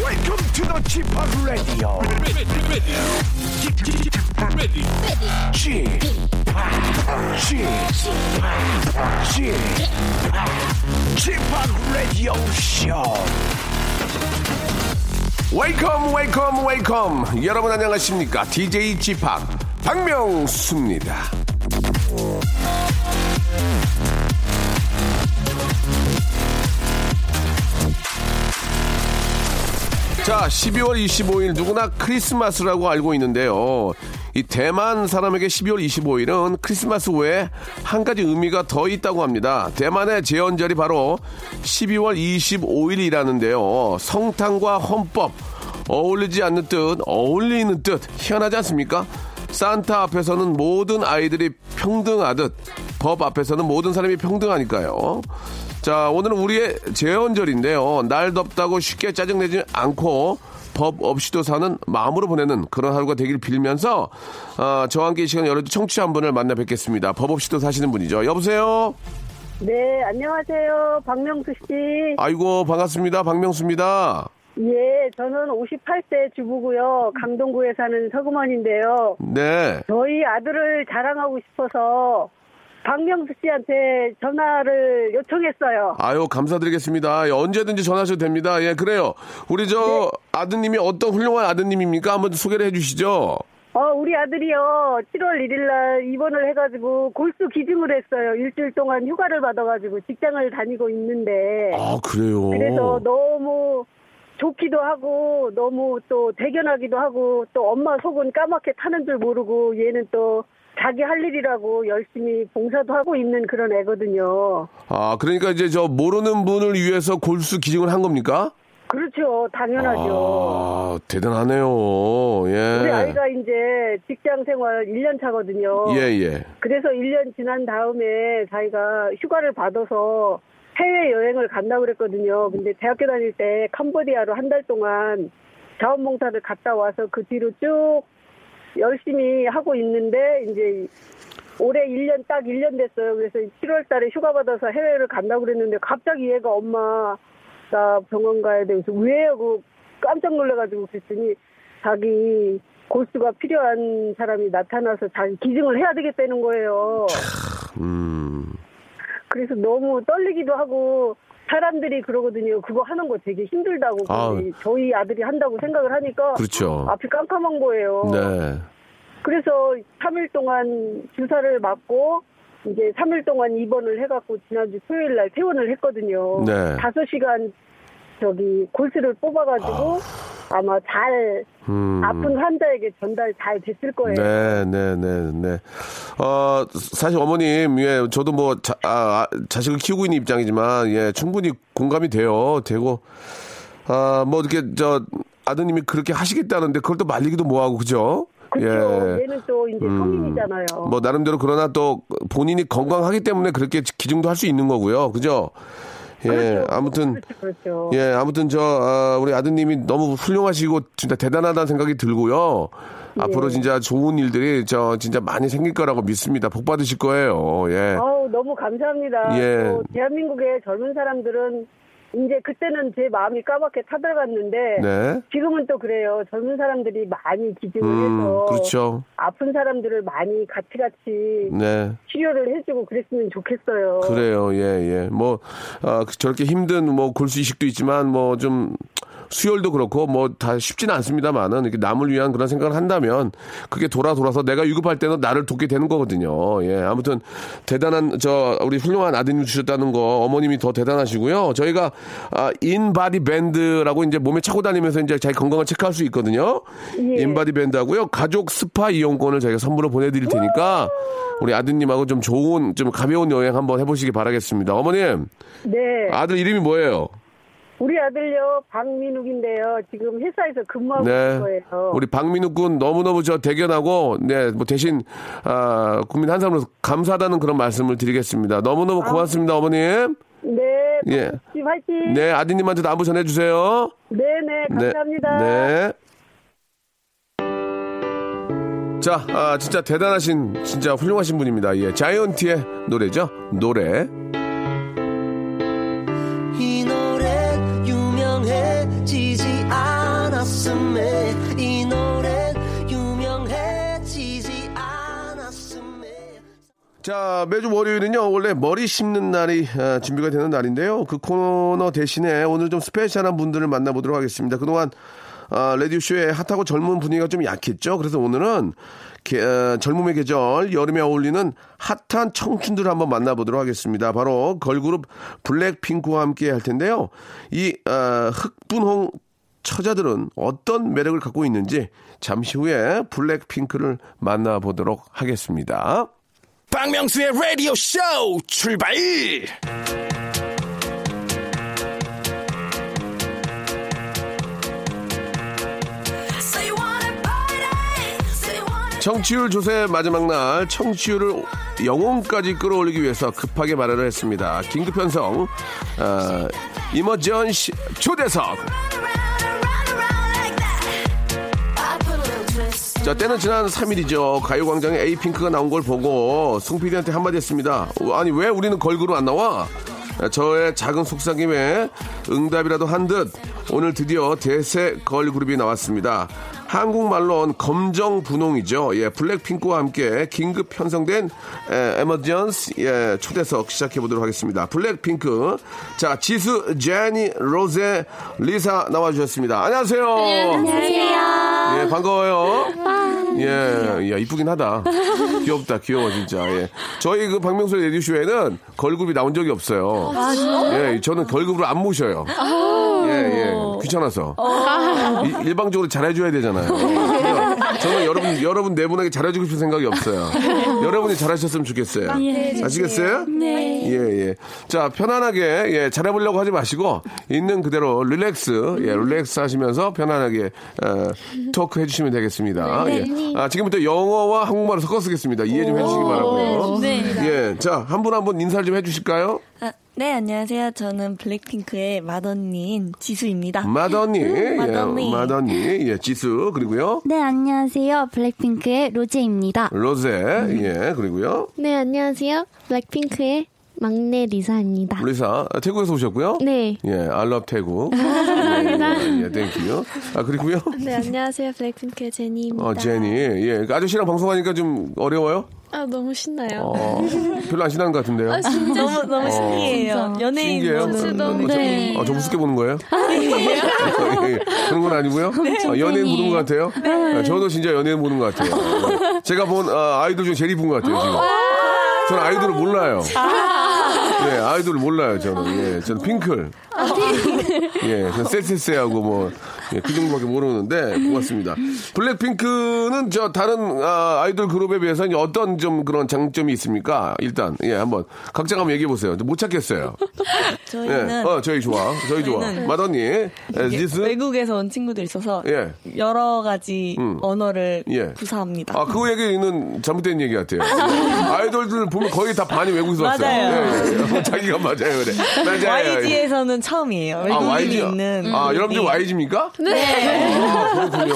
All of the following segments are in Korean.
Welcome to the Chip Radio. ready, ready, ready, Chip, Chip, Chip, Chip Radio Show. 웨이컴 웨이컴 웨이컴 여러분 안녕하십니까 DJ 지팍 박명수입니다 자 12월 25일 누구나 크리스마스라고 알고 있는데요 이 대만 사람에게 12월 25일은 크리스마스 외에 한 가지 의미가 더 있다고 합니다 대만의 제헌절이 바로 12월 25일이라는데요 성탄과 헌법 어울리지 않는 듯 어울리는 듯 희한하지 않습니까? 산타 앞에서는 모든 아이들이 평등하듯 법 앞에서는 모든 사람이 평등하니까요. 자 오늘은 우리의 제헌절인데요. 날 덥다고 쉽게 짜증내지 않고 법 없이도 사는 마음으로 보내는 그런 하루가 되길 빌면서 아, 저와 함께 이 시간 여러 청취자 한 분을 만나 뵙겠습니다. 법 없이도 사시는 분이죠. 여보세요. 네, 안녕하세요. 박명수 씨. 아이고 반갑습니다. 박명수입니다. 예, 저는 58세 주부고요. 강동구에 사는 서금원인데요. 네. 저희 아들을 자랑하고 싶어서 박명수 씨한테 전화를 요청했어요. 아유 감사드리겠습니다. 예, 언제든지 전화하셔도 됩니다. 예 그래요. 우리 저 네. 아드님이 어떤 훌륭한 아드님입니까? 한번 소개를 해주시죠. 어, 우리 아들이요. 7월 1일 날 입원을 해가지고 골수 기증을 했어요. 일주일 동안 휴가를 받아가지고 직장을 다니고 있는데. 아 그래요. 그래서 너무 좋기도 하고 너무 또 대견하기도 하고 또 엄마 속은 까맣게 타는 줄 모르고 얘는 또 자기 할 일이라고 열심히 봉사도 하고 있는 그런 애거든요. 아 그러니까 이제 저 모르는 분을 위해서 골수 기증을 한 겁니까? 그렇죠. 당연하죠. 아 대단하네요. 우리 예. 아이가 이제 직장 생활 1년 차거든요. 예 예. 그래서 1년 지난 다음에 자기가 휴가를 받아서 해외 여행을 간다고 그랬거든요. 근데 대학교 다닐 때 캄보디아로 한 달 동안 자원봉사를 갔다 와서 그 뒤로 쭉 열심히 하고 있는데 이제 올해 1년 딱 1년 됐어요. 그래서 7월 달에 휴가 받아서 해외를 간다고 그랬는데 갑자기 얘가 엄마 나 병원 가야 돼. 그래서 왜요? 그 깜짝 놀래가지고 그랬더니 자기 골수가 필요한 사람이 나타나서 자기 기증을 해야 되겠다는 거예요. 음. 그래서 너무 떨리기도 하고 사람들이 그러거든요. 그거 하는 거 되게 힘들다고 아. 근데 저희 아들이 한다고 생각을 하니까 그렇죠. 앞이 깜깜한 거예요. 네. 그래서 3일 동안 주사를 맞고 이제 3일 동안 입원을 해갖고 지난주 토요일 날 퇴원을 했거든요. 네. 5시간 저기 골수를 뽑아가지고 아... 마잘 음. 아픈 환자에게 전달 잘 됐을 거예요. 네, 네, 네, 네. 어, 사실 어머님, 예, 저도 뭐, 자, 아, 아, 자식을 키우고 있는 입장이지만, 예, 충분히 공감이 돼요. 되고, 아, 뭐, 이렇게, 저, 아드님이 그렇게 하시겠다는데, 그걸 또 말리기도 뭐하고, 그죠? 그렇죠. 얘는 또 이제 성인이잖아요. 예. 음. 뭐, 나름대로 그러나 또 본인이 건강하기 때문에 그렇게 기증도 할 수 있는 거고요. 그죠? 예, 그렇죠. 아무튼. 그렇죠. 그렇죠. 예, 아무튼 저 아, 우리 아드님이 너무 훌륭하시고 진짜 대단하다는 생각이 들고요. 앞으로 진짜 좋은 일들이 저 진짜 많이 생길 거라고 믿습니다. 복 받으실 거예요. 예. 아우 너무 감사합니다. 예. 또 대한민국의 젊은 사람들은 이제 그때는 제 마음이 까맣게 타들어갔는데 네. 지금은 또 그래요. 젊은 사람들이 많이 기증을 음, 해서 그렇죠. 아픈 사람들을 많이 같이 같이 네. 치료를 해주고 그랬으면 좋겠어요. 그래요. 예, 예. 뭐 아, 그 저렇게 힘든 뭐 골수 이식도 있지만 뭐 좀 수혈도 그렇고 뭐 다 쉽지는 않습니다만은 이렇게 남을 위한 그런 생각을 한다면 그게 돌아 돌아서 내가 위급할 때는 나를 돕게 되는 거거든요. 예. 아무튼 대단한 저 우리 훌륭한 아드님 주셨다는 거 어머님이 더 대단하시고요. 저희가 아, 인바디 밴드라고 이제 몸에 차고 다니면서 이제 자기 건강을 체크할 수 있거든요. 예. 인바디 밴드 하고요. 가족 스파 이용권을 저희가 선물로 보내 드릴 테니까 우리 아드님하고 좀 좋은 좀 가벼운 여행 한번 해 보시기 바라겠습니다. 어머님, 네, 아들 이름이 뭐예요? 우리 아들요 박민욱인데요. 지금 회사에서 근무하고 네. 있는 거예요. 우리 박민욱 군 너무너무 저 대견하고, 네, 뭐 대신, 아, 국민 한 사람으로서 감사하다는 그런 말씀을 드리겠습니다. 너무너무 아. 고맙습니다, 어머님. 네, 예. 박민욱 씨 화이팅. 네, 아드님한테도 안부 전해주세요. 네, 네, 감사합니다. 네. 자, 아, 진짜 대단하신, 진짜 훌륭하신 분입니다. 예, 자이언티의 노래죠. 노래. 이 노래 유명해지지 않아 않았음에 이 노래 유명해지지 않았음에 자, 매주 월요일은요, 원래 머리 심는 날이 아, 준비가 되는 날인데요. 그 코너 대신에 오늘 좀 스페셜한 분들을 만나보도록 하겠습니다. 그동안 아, 라디오쇼의 핫하고 젊은 분위기가 좀 약했죠. 그래서 오늘은 게- 어, 젊음의 계절, 여름에 어울리는 핫한 청춘들을 한번 만나보도록 하겠습니다. 바로 걸그룹 블랙핑크와 함께 할 텐데요. 이 아, 흑분홍 처자들은 어떤 매력을 갖고 있는지 잠시 후에 블랙핑크를 만나보도록 하겠습니다. 박명수의 라디오 쇼 출발! Say you wanna party, say you wanna 청취율 조사의 마지막 날 청취율을 0원까지 끌어올리기 위해서 급하게 마련을 했습니다. 긴급 편성 어, 이머전시 초대석 run around and run around like that. I put a little twist. 자 때는 지난 3일이죠. 가요광장에 에이핑크가 나온 걸 보고 송PD한테 한마디 했습니다. 어, 아니 왜 우리는 걸그룹 안 나와? 어, 저의 작은 속삭임에 응답이라도 한 듯 오늘 드디어 대세 걸그룹이 나왔습니다. 한국말로는 검정분홍이죠. 예, 블랙핑크와 함께 긴급 편성된 에, 에머전스 예, 초대석 시작해보도록 하겠습니다. 블랙핑크 자 지수, 제니, 로제, 리사 나와주셨습니다. 네, 안녕하세요. 예, 반가워요. 예, 야, 이쁘긴 하다. 귀엽다, 귀여워, 진짜. 예. 저희 그 박명수 레디쇼에는 걸그룹이 나온 적이 없어요. 예, 저는 걸그룹을 안 모셔요. 예, 예. 귀찮아서. 이- 일방적으로 잘해줘야 되잖아요. 그래서 저는 여러분, 여러분 네 분에게 잘해주고 싶은 생각이 없어요. 여러분이 잘하셨으면 네. 좋겠어요. 아시겠어요? 네. 예, 예. 자, 편안하게, 예, 잘해보려고 하지 마시고, 있는 그대로 릴렉스, 예, 릴렉스 하시면서 편안하게, 에, 토크 해주시면 되겠습니다. 네, 예. 아, 지금부터 영어와 한국말을 섞어 쓰겠습니다. 이해 좀 해주시기 네, 바라고요. 예. 자, 한 분 한 분 인사를 좀 해주실까요? 아, 네, 안녕하세요. 저는 블랙핑크의 맏언니인 지수입니다. 마더니, 예, 음, 마더니. 마더니, 예, 지수, 그리고요. 네, 안녕하세요. 블랙핑크의 로제입니다. 로제, 예, 그리고요. 네, 안녕하세요. 블랙핑크의 막내 리사입니다. 리사, 아, 태국에서 오셨고요. 네. 예, 알럽 태국. 감사합니다. 예, 땡큐. 아, 그리고요. 네, 안녕하세요. 블랙핑크의 제니입니다. 어, 제니. 예, 그 아저씨랑 방송하니까 좀 어려워요? 아, 너무 신나요. 어, 별로 안 신나는 것 같은데요. 너무 너무 어. 신기해요. 연예인 신기해요. 보는 어, 네. 저, 어, 저 우습게 보는 거예요? 예, 그런 건 아니고요. 아, 연예인 보는 것 같아요. 아, 저도 진짜 연예인 보는 것 같아요. 예. 제가 본 아, 이돌 중에 제일 이쁜 것 같아요. 지금. 저는 아이돌을 몰라요. 예, 아이돌을 몰라요. 저는 예, 저는 핑클. 아, 예, 저는 셀세세하고 뭐. 예, 그 정도밖에 모르는데 고맙습니다. 블랙핑크는 저 다른 아, 아이돌 그룹에 비해서 이제 어떤 좀 그런 장점이 있습니까? 일단 예 한번 각자가 한번 얘기해 보세요. 못 찾겠어요. 예, 저희는 어, 저희 좋아. 저희 좋아. 저희는 마더니, 에, 이게 지스. 외국에서 온 친구들 있어서 예. 음. 여러 가지 언어를 예. 구사합니다. 아, 그 얘기는 잘못된 얘기 같아요. 예. 아이돌들 보면 거의 다 반이 외국에서 왔어요. 맞아요. 예, 예, 예. 자기가 맞아요, 그래. 맞아요. YG에서는 처음이에요. 네, 아, 외국인이 YG. 있는 예. 아, 그룹이. 여러분들 YG입니까? 네. 아, 그렇군요.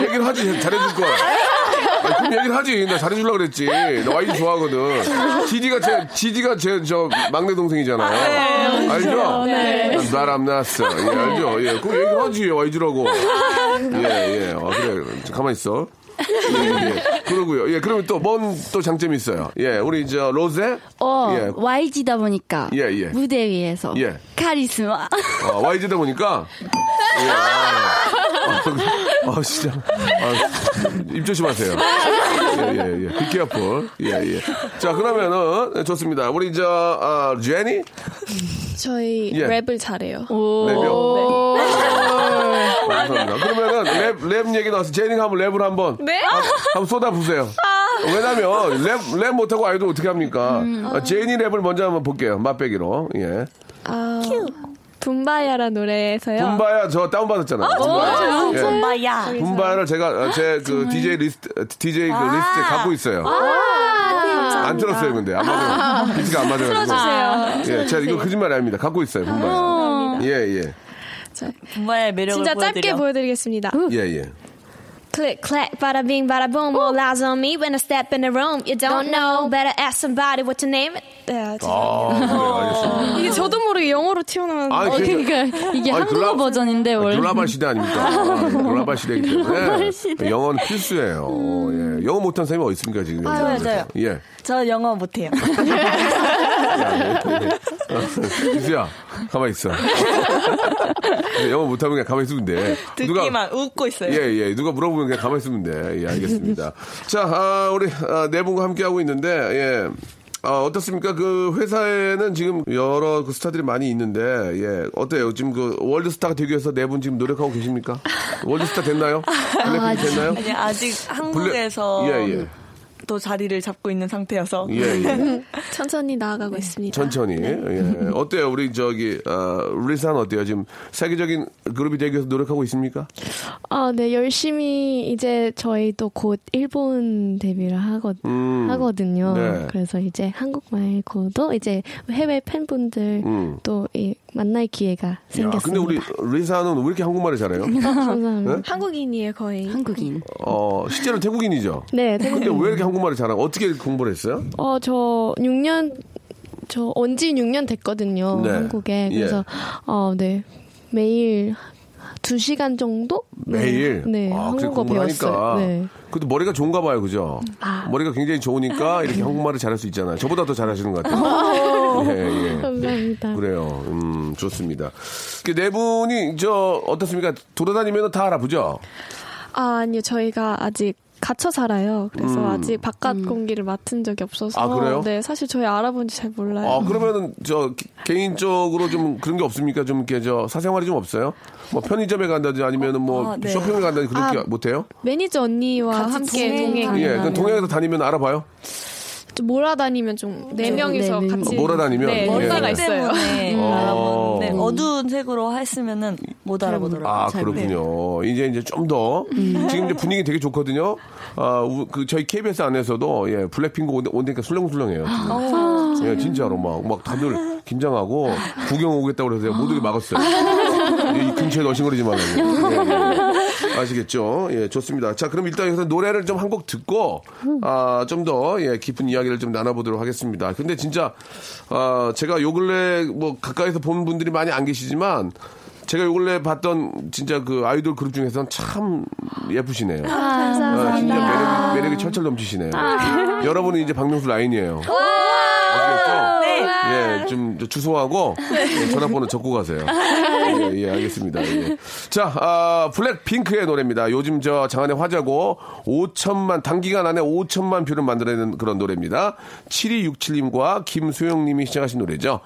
예. 얘기를 하지, 잘해줄 걸. 아, 그럼 얘기를 하지. 나 잘해주려고 그랬지. 나 YG 좋아하거든. 지디가 제, 지디가 제, 저, 막내 동생이잖아요. 알죠? 네. 나람 났어. 예, 알죠? 예. 그럼 얘기를 하지. YG라고. 예, 예. 아, 그래. 가만히 있어. 예, 예. 그러고요. 예, 그러면 또, 뭔 또 장점이 있어요. 예, 우리 저, 로제? 어, 예. YG다 보니까 예, 예. 무대 위에서 예. 카리스마. 아, YG다 보니까. 예, 아, 아, 진짜. 아, 입 조심하세요. 예, 예, 예. 비키 아프 예, 예. 자, 그러면은, 네, 좋습니다. 우리 저, 아, 제니? 저희 예. 랩을 잘해요. 어, 랩이요? 감사합니다. 그러면은, 랩, 랩 얘기 나와서 제니가 한번 랩을 한번. 네? 한- 한번 쏟아부세요. 왜냐면, 랩, 랩 못하고 아이돌 어떻게 합니까? 아, 제니 랩을 먼저 한번 볼게요. 맛배기로. 예. 아, 붐바야라 노래에서요. 분바야 저 다운받았잖아요. 분바야. 예. 아, 엄마야. 분발을 제가 제 그 DJ 리스트 어, DJ 그 리스트에 갖고 있어요. 아. 아, 안 들었어요, 근데 안 맞아요. 비트가 안 맞아요. 주세요. 예, 제가 이거 거짓말이 아닙니다. 갖고 있어요, 분발. 예, 예, 정말 매력을 진짜 보여드려. 짧게 보여드리겠습니다. 예, 예. Click, clack, bada bing, bada boom. All eyes on me when I step in the room. You don't know, better ask somebody what your name is. 네, 아, 그래, 알겠습니다. 이게 저도 모르게 영어로 튀어나오는. 아니, 어, 그래서- 그러니까 이게 아니, 한국어 글라- 네. 버전인데 원래 글라발 시대 아닙니까? 아, 글라발 시대이기 때문에 예, 글라발 시대. 영어는 필수예요. 예. 영어 못한 사람이 어디 있습니까 지금? 아, 여기. 맞아요. 예. 저 영어 못해요. 이수야, 가만 히 있어. 네, 영어 못하면 그냥 가만 히 있으면 돼. 듣기만 웃고 있어요. 예, 예. 누가 물어보면 그냥 가만히 있으면 돼. 예, 알겠습니다. 자, 아, 우리 아, 네 분과 함께하고 있는데, 예. 아, 어떻습니까? 그 회사에는 지금 여러 그 스타들이 많이 있는데, 예. 어때요? 지금 그 월드스타가 되기 위해서 네 분 지금 노력하고 계십니까? 월드스타 됐나요? 블랙핑 됐나요? 아니, 아직 한국에서 예, 예. 또 자리를 잡고 있는 상태여서 예, 예. 천천히 나아가고 있습니다. 네. 천천히. 예. 어때요? 우리 저기, 아, 리사는 어때요? 지금 세계적인 그룹이 되기 위해서 노력하고 있습니까? 아, 네, 열심히 이제 저희 또 곧 일본 데뷔를 하거, 음. 하거든요. 네. 그래서 이제 한국 말고도 이제 해외 팬분들 음. 또 이, 만날 기회가 야, 생겼습니다. 어, 근데 우리 네? 리사는 왜 이렇게 한국말을 잘해요? 감사합니다. 한국인이에요, 거의. 한국인. 어, 실제로 태국인이죠? 네, 태국- 근데 왜 이렇게 한국말을 잘하고 어떻게 공부를 했어요? 어, 저 6년, 저 온지 6년 됐거든요. 네. 한국에. 그래서, 어, 네, 매일 2시간 정도? 매일. 네, 아, 그렇게 한국어 공부를 배웠어요. 하니까. 네. 그래도 머리가 좋은가 봐요, 그죠? 아. 머리가 굉장히 좋으니까 이렇게 한국말을 잘할 수 있잖아요. 저보다 더 잘하시는 것 같아요. 예, 예. 감사합니다. 그래요. 음, 좋습니다. 그 네 분이, 저, 어떻습니까? 돌아다니면 다 알아보죠? 아, 아니요. 저희가 아직 갇혀 살아요. 그래서 아직 바깥 공기를 맡은 적이 없어서. 음. 아, 그래요? 네, 사실 저희 알아본지 잘 몰라요. 아, 그러면은, 저, 기- 개인적으로 좀 그런 게 없습니까? 좀 이렇게, 저, 사생활이 좀 없어요? 뭐, 편의점에 간다든지 아니면은 뭐, 아, 네. 쇼핑을 간다든지 그렇게 아. 못해요? 매니저 언니와 함께 동행 동행. 다녀요. 예, 그 아니면은- 동양에서 다니면 알아봐요? 좀 몰아다니면 좀 네 네, 명이서 네 같이 명. 몰아다니면? 네, 뭔가가 예. 있어요. 때문에 어. 알아보는데 음. 어두운 색으로 했으면은 못 알아보더라고요. 아 잘. 음. 그렇군요. 이제 이제 좀 더 지금 이제 분위기 되게 좋거든요. 아그 저희 KBS 안에서도 예 블랙핑크 온- 온다니까 술렁술렁해요. 지금. 아, 예 진짜로 막 막 다들 긴장하고 구경 오겠다고 그래서 제가 못 오게 막았어요. 아. 예, 이 근처에 너싱거리지 말라고. 예, 예. 아시겠죠? 예 좋습니다. 자 그럼 일단 여기서 노래를 좀 한 곡 듣고 아좀 더 예 깊은 이야기를 좀 나눠보도록 하겠습니다. 근데 진짜 아 제가 요 근래 뭐 가까이서 본 분들이 많이 안 계시지만 제가 요 근래 봤던 진짜 그 아이돌 그룹 중에서는 참 예쁘시네요. 아, 진짜 매력이, 매력이 철철 넘치시네요. 여러분은 이제 박명수 라인이에요. 아시겠죠? 네. 예, 좀 주소하고 예, 전화번호 적고 가세요. 예, 예, 알겠습니다. 예. 자, 아, 블랙핑크의 노래입니다. 요즘 저 장안의 화제고 5천만 단기간 안에 5천만 뷰를 만들어내는 그런 노래입니다. 7267님과 김소영님이 시작하신 노래죠.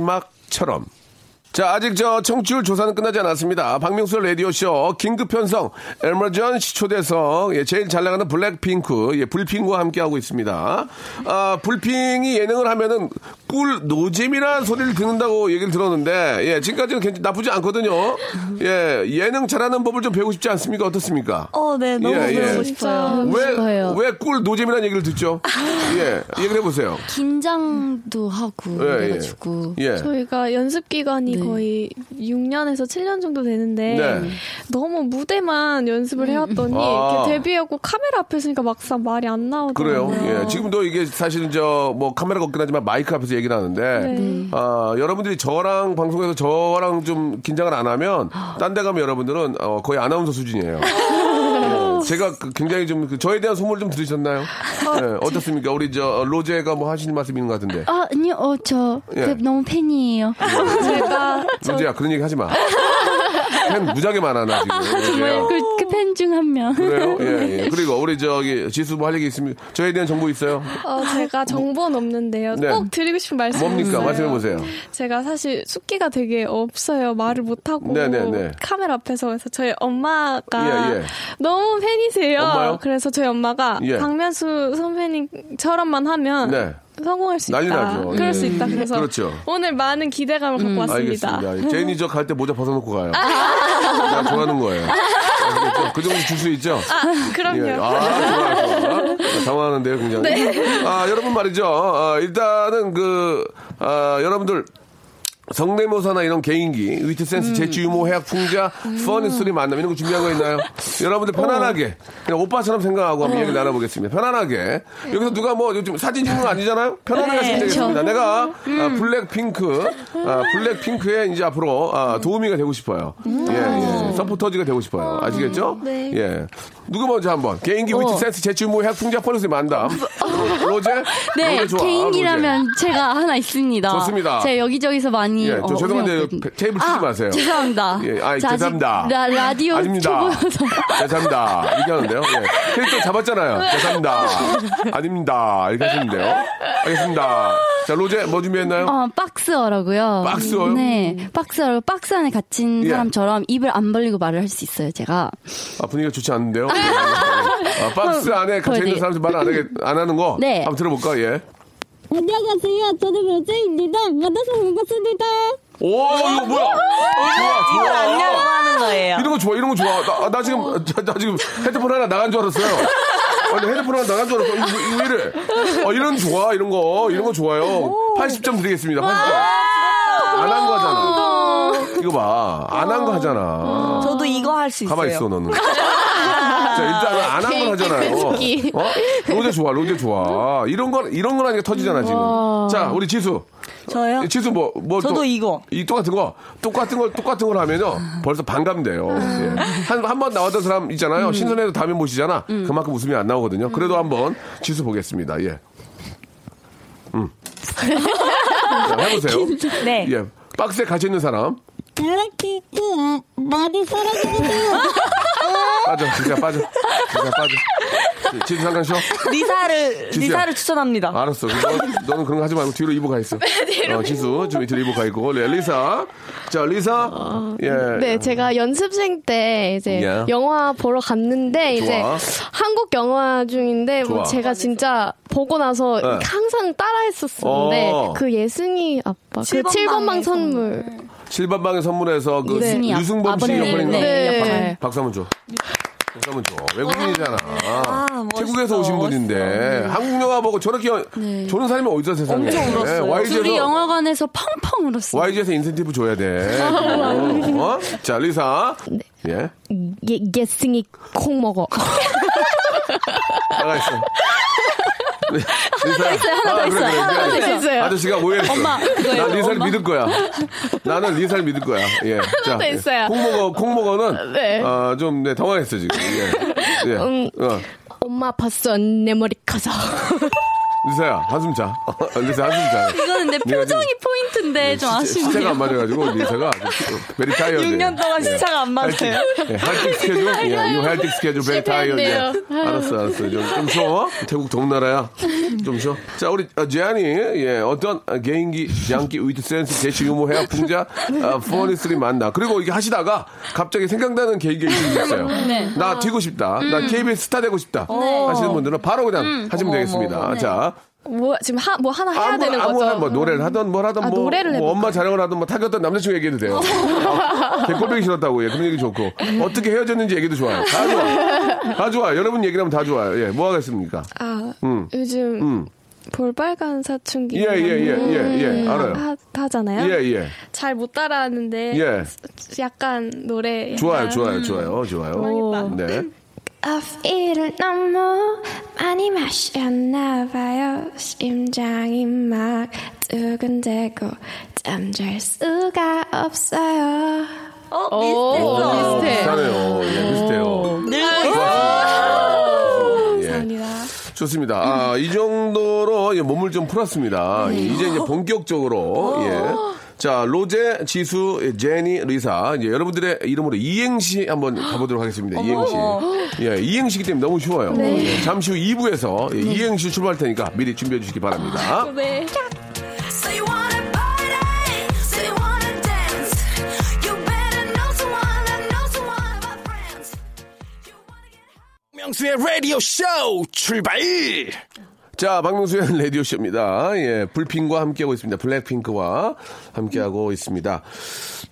마지막처럼. 자, 아직 저 청취율 조사는 끝나지 않았습니다. 박명수 라디오쇼, 긴급편성, 에머전시 초대석, 예, 제일 잘 나가는 블랙핑크, 예, 불핑과 함께하고 있습니다. 아, 불핑이 예능을 하면은 꿀 노잼이라는 소리를 듣는다고 얘기를 들었는데, 예, 지금까지는 괜찮, 나쁘지 않거든요. 예, 예능 잘하는 법을 좀 배우고 싶지 않습니까? 어떻습니까? 뭐 어, 네, 너무 예, 예. 배우고 진짜. 싶어요. 배우고 싶어요. 왜 꿀 노잼이라는 얘기를 듣죠? 예, 얘기를 해보세요. 긴장도 하고 아, 네, 예, 예. 그래가지고 예. 저희가 연습 기간이 거의 6년에서 7년 정도 되는데 네. 너무 무대만 연습을 해왔더니 아. 이렇게 데뷔하고 카메라 앞에 있으니까 막상 말이 안 나오더라고요. 그래요. 네. 예. 지금도 이게 사실은 저 뭐 카메라가 없긴 하지만 마이크 앞에서 얘기를 하는데 네. 아, 여러분들이 저랑 방송에서 저랑 좀 긴장을 안 하면 딴 데 가면 여러분들은 어, 거의 아나운서 수준이에요. 예. 제가 그 굉장히 좀그 저에 대한 소문을 좀 들으셨나요? 예, 어떻습니까? 우리 저 어, 로제가 뭐 하시는 말씀 있는 것 같은데. 어, 아 아니요 어저 그 예. 뭐. 너무 팬이에요 제가 로제야 그런 얘기 하지 마. 팬 무지하게 많아 나 지금. 로제야. 그팬 중 한 명. 그래요? 예, 예. 그리고 우리 저기 지수 뭐 할 얘기 있습니까? 저에 대한 정보 있어요? 어, 제가 정보는 없는데요. 네. 꼭 드리고 싶은 말씀이 뭡니까? 있어요. 말씀해 보세요. 제가 사실 숙기가 되게 없어요. 말을 못 하고 네, 네, 네. 카메라 앞에서 그래서 저희 엄마가 예, 예. 너무 팬이세요. 엄마요? 그래서 저희 엄마가 예. 박명수 선배님처럼만 하면 네. 성공할 수 난리 있다. 나죠. 그럴 예. 수 있다. 그래서 그렇죠. 음. 오늘 많은 기대감을 갖고 왔습니다. 아. 알겠습니다. 예. 제인이 저 갈 때 모자 벗어놓고 가요. 나 좋아하는 거예요. 아시겠죠? 그 정도 줄 수 있죠? 그럼요. 예. 아, 좋아, 좋아. 당황하는데요, 굉장히. 네. 아, 여러분 말이죠. 아, 일단은 그, 아, 여러분들. 성대모사나 이런 개인기, 위트 센스, 음. 재치, 유머, 해학, 풍자, 퍼니 스토리 만남 이런 거 준비한 거 있나요? 여러분들 편안하게 어. 그냥 오빠처럼 생각하고 한번 이야기 나눠보겠습니다. 편안하게 여기서 누가 뭐 요즘 사진 찍는 거 아니잖아요? 편안하게 네, 하시면 되겠습니다. 그렇죠. 내가 음. 아, 블랙핑크, 아, 블랙핑크에 이제 앞으로 아, 도우미가 되고 싶어요. 음. 예, 예, 서포터즈가 되고 싶어요. 아시겠죠? 네. 예, 누가 먼저 한번 개인기, 위트 어. 센스, 재치, 유머, 해학, 풍자, 퍼니 스토리 만남. 로제, 네, 로제 좋아. 아, 로제. 개인기라면 제가 하나 있습니다. 좋습니다. 제가 네, 여기저기서 많이. 예, 저 어, 죄송한데 운영했거든요. 테이블 치지 아, 마세요. 죄송합니다. 예, 아이, 자, 아직 죄송합니다. 라, 라디오 아닙니다. 초보여서. 죄송합니다. 이렇게 하는데요. 예. 캐릭터 잡았잖아요. 죄송합니다. 아닙니다. 이렇게 하시는데요. 알겠습니다. 자, 로제, 뭐 준비했나요? 어, 박스어라고요. 박스어요? 네, 박스어라고 박스 안에 갇힌 예. 사람처럼 입을 안 벌리고 말을 할 수 있어요. 제가. 아, 분위기가 좋지 않은데요. 아, 박스 안에 갇혀있는 보여드리- 사람들 말을 안, 하게, 안 하는 거. 네. 한번 들어볼까요? 예. 안녕하세요. 저는 로제입니다. 만나서 반갑습니다. 오, 이거 뭐야? 어, 좋아, 좋아. 이걸 알려고 하는 거예요. 이런 거 좋아, 이런 거 좋아. 나, 나 지금, 나, 나 지금 헤드폰 하나 나간 줄 알았어요. 아니, 헤드폰 하나 나간 줄 알았어. 이거, 왜- 이거 왜 이래? 어, 이런 거 좋아, 이런 거. 이런 거 좋아요. 80점 드리겠습니다. 80점. 안 한 거 하잖아. 이거 봐. 안 한 거 하잖아. 저도 이거 할 수 있어요. 가만 있어, 너는. 자, 일단은 안 한 건 하잖아요. 개인기. 어? 로제 좋아, 로제 좋아. 이런 건, 이런 건 하니까 터지잖아, 지금. 와. 자, 우리 지수. 저요? 지수 뭐, 뭐. 저도 이거. 이 똑같은 거, 똑같은 걸, 똑같은 걸 하면요. 벌써 반감돼요. 예. 한, 한 번 나왔던 사람 있잖아요. 신선해도 다음에 모시잖아. 그만큼 웃음이 안 나오거든요. 그래도 한번 지수 보겠습니다. 예. 음. 자, 해보세요. 네. 예. 박스에 갇혀있는 사람. 블랙핑크 많이 음, 사랑해주세요. 빠져, 진짜 빠져. 진짜 빠져. 지수 잠깐 쉬어. 리사를 지수야. 리사를 추천합니다. 아. 알았어. 너, 는 그런 거 하지 말고 뒤로 입고 가 있어. 뒤로 어, 지수, 좀 뒤로 입고 가 있고. 네, 리사. 자, 리사. 예. 네, 제가 연습생 때 이제 예. 영화 보러 갔는데 이제 좋아. 한국 영화 중인데 뭐 좋아. 제가 진짜 보고 나서 네. 항상 따라했었는데 어. 그 예순이 아빠 그 칠번 네. 7번방 방의 선물 실밥방의 선물에서 그 네. 유- 유승범 씨 아버님, 역할인가? 네, 역할. 박수 한번 줘. 박수 한번 줘. 외국인이잖아. 아, 태국에서 오신 분인데 한국 영화 보고 저렇게 저런 사람이 어디서 세상에? 네, 엄청 울었어요. 둘이 YG에서 영화관에서 펑펑 울었어요. YG에서 인센티브 줘야 돼. 어? 자, 리사. 예. 네. 예, 예승이 콩 먹어 나가 있어. 리사. 있어요, 하나 더 있어요. 하나 더 미안해. 있어요. 아저씨가 오해했어. 엄마, 그거예요, 나 리사를 엄마. 믿을 거야. 나는 리사를 믿을 거야. 예. 하나 더 있어요. 콩먹어, 콩먹어는. 네. 아, 좀, 네, 당황했어, 지금. 예. 예. 음. 어. 엄마 봤어 내 머리 커서 리사야, 한숨 자. 리사, 한숨 자. 이거는 내 네가 지금 표정이 포인트인데 좀 아쉽네요. 시차가 안 네. 맞아가지고 리사가 베리 타이어. 육년 동안 시차가 안 맞아요. 네, 할틱 스케줄, 예, 이 할틱 스케줄 베리 타이어. 예. 실패했네요. 알았어, 알았어. 좀, 좀 쉬어. 태국 더운 나라야. 좀 쉬어. 자, 우리 어, 제안이 예, 어떤 어, 개인기, 양기, 위트 센스, 재치, 유머, 해학, 풍자, 어, 포니스리 만나. 그리고 이게 하시다가 갑자기 생각나는 개인기 있어요. 네. 음. 나 튀고 싶다. 나 KBS 스타 되고 싶다. 네. 하시는 분들은 바로 그냥 음. 하시면 어머, 되겠습니다. 어머, 어머. 자, 뭐 지금 하, 뭐 하나 해야 되는 아무거나, 아무거나 거죠? 뭐 노래를 하던 뭘 하던 아, 뭐, 노래를 뭐 엄마 자랑을 하던 뭐 타격던 남자친구 얘기해도 돼요. 개꼴보기 싫었다고 예 그런 얘기 좋고 어떻게 헤어졌는지 얘기도 좋아요. 다 좋아, 다 좋아. 여러분 얘기하면 다 좋아요. 예, 뭐 하겠습니까? 아 음, 요즘 음, 볼빨간 사춘기 음, 예, 예, 예, 예, 예, 알아요. 하, 하잖아요 예, 예, 잘 못 따라하는데 예. 약간 노래 음. 좋아요, 좋아요, 어, 좋아요, 좋아요. 네. 커피를 너무 많이 마셨나 봐요 심장이 막 두근대고 잠잘 수가 없어요 오, 비슷하네요. 예, 비슷해요. 네. 예. 좋습니다. 아, 이 정도로 예, 몸을 좀 풀었습니다. 예, 음. 네. 이제 이제 본격적으로 어. 예. 자, 로제, 지수, 예, 제니, 리사. 이제 여러분들의 이름으로 이행시 한번 가보도록 하겠습니다. 이행시. 예, 이행시기 때문에 너무 쉬워요. 네. 예, 잠시 후 2부에서 이행시 출발할 테니까 미리 준비해 주시기 바랍니다. 네. Say you wanna party, say you wanna dance. You better know someone and know someone about friends. 명수의 라디오 쇼 출발! 자, 박명수의 라디오쇼입니다. 예, 불핑과 함께하고 있습니다. 블랙핑크와 함께하고 있습니다.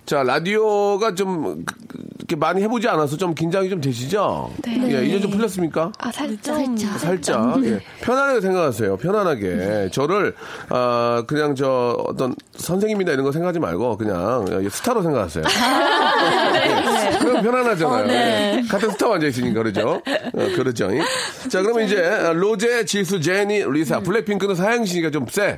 자, 라디오가 좀, 그- 그- 이렇게 많이 해보지 않아서 좀 긴장이 좀 되시죠? 네. 예, 이제 좀 풀렸습니까? 아 살짝 살짝 살짝 네. 예. 편안하게 생각하세요. 편안하게 저를 아 그냥 저 어떤 선생님이나 이런 거 생각하지 말고 그냥 예, 스타로 생각하세요. 예. 네. 그럼 편안하잖아요. 어, 네. 예. 같은 스타가 앉아 있으니까 그러죠. 어, 그러죠. 자 그러면 그렇죠. 이제 아, 로제, 지수, 제니, 리사, 네. 블랙핑크는 사양시니까 좀 세.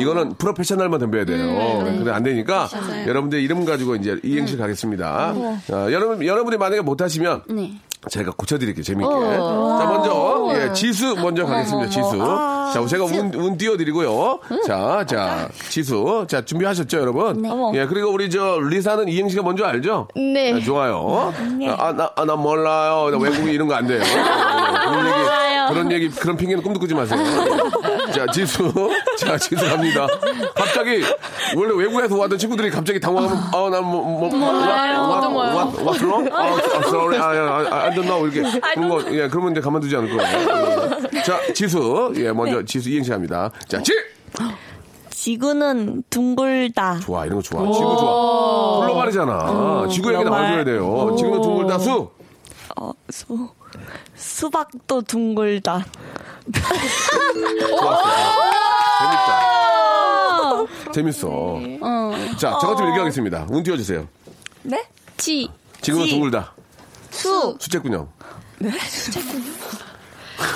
이거는 프로페셔널만 덤벼야 돼요. 근데 안 되니까 맞아요. 여러분들 이름 가지고 이제 이행시 가겠습니다. 음. 어, 여러분 여러분이 만약에 못하시면 네. 제가 고쳐드릴게요. 재밌게. 오. 자, 먼저, 오. 예, 지수 먼저 어머, 어머. 가겠습니다. 지수. 아, 자, 제가 운, 운 띄워드리고요. 자, 자, 지수. 자, 준비하셨죠, 여러분? 네. 어머. 예, 그리고 우리 저, 리사는 이행 씨가 뭔지 알죠? 네. 아, 좋아요. 아, 나, 아, 나 몰라요. 나 외국인 이런 거 안 돼요. 그런 얘기, 그런 얘기, 그런 핑계는 꿈도 꾸지 마세요. 자, 지수. 자, 지수 갑니다. 갑자기, 원래 외국에서 왔던 친구들이 갑자기 당황하면, 아, 난 뭐, 뭐, 몰라요. what, 어두워요. what, what, what's wrong? 아, 아, sorry. 아, 아, 아, I don't know. 이렇게. I 그런 거, 예, 그러면 이제 가만두지 않을 거예요. 자, 지수. 예, 먼저 네. 지수 이행시 합니다. 자, 지! 지구는 둥글다. 좋아, 이런 거 좋아. 지구 좋아. 굴러가리잖아. 음, 지구 얘기 굴러발. 나와줘야 돼요. 오. 지구는 둥글다 수. 어, 수, 수박도 둥글다. 아! 재밌어. 아! 자, 저것 좀 얘기하겠습니다. 운 띄워주세요. 네? 지. 지구는 둥글다. 수. 네? 수채꾼형. 수채군요.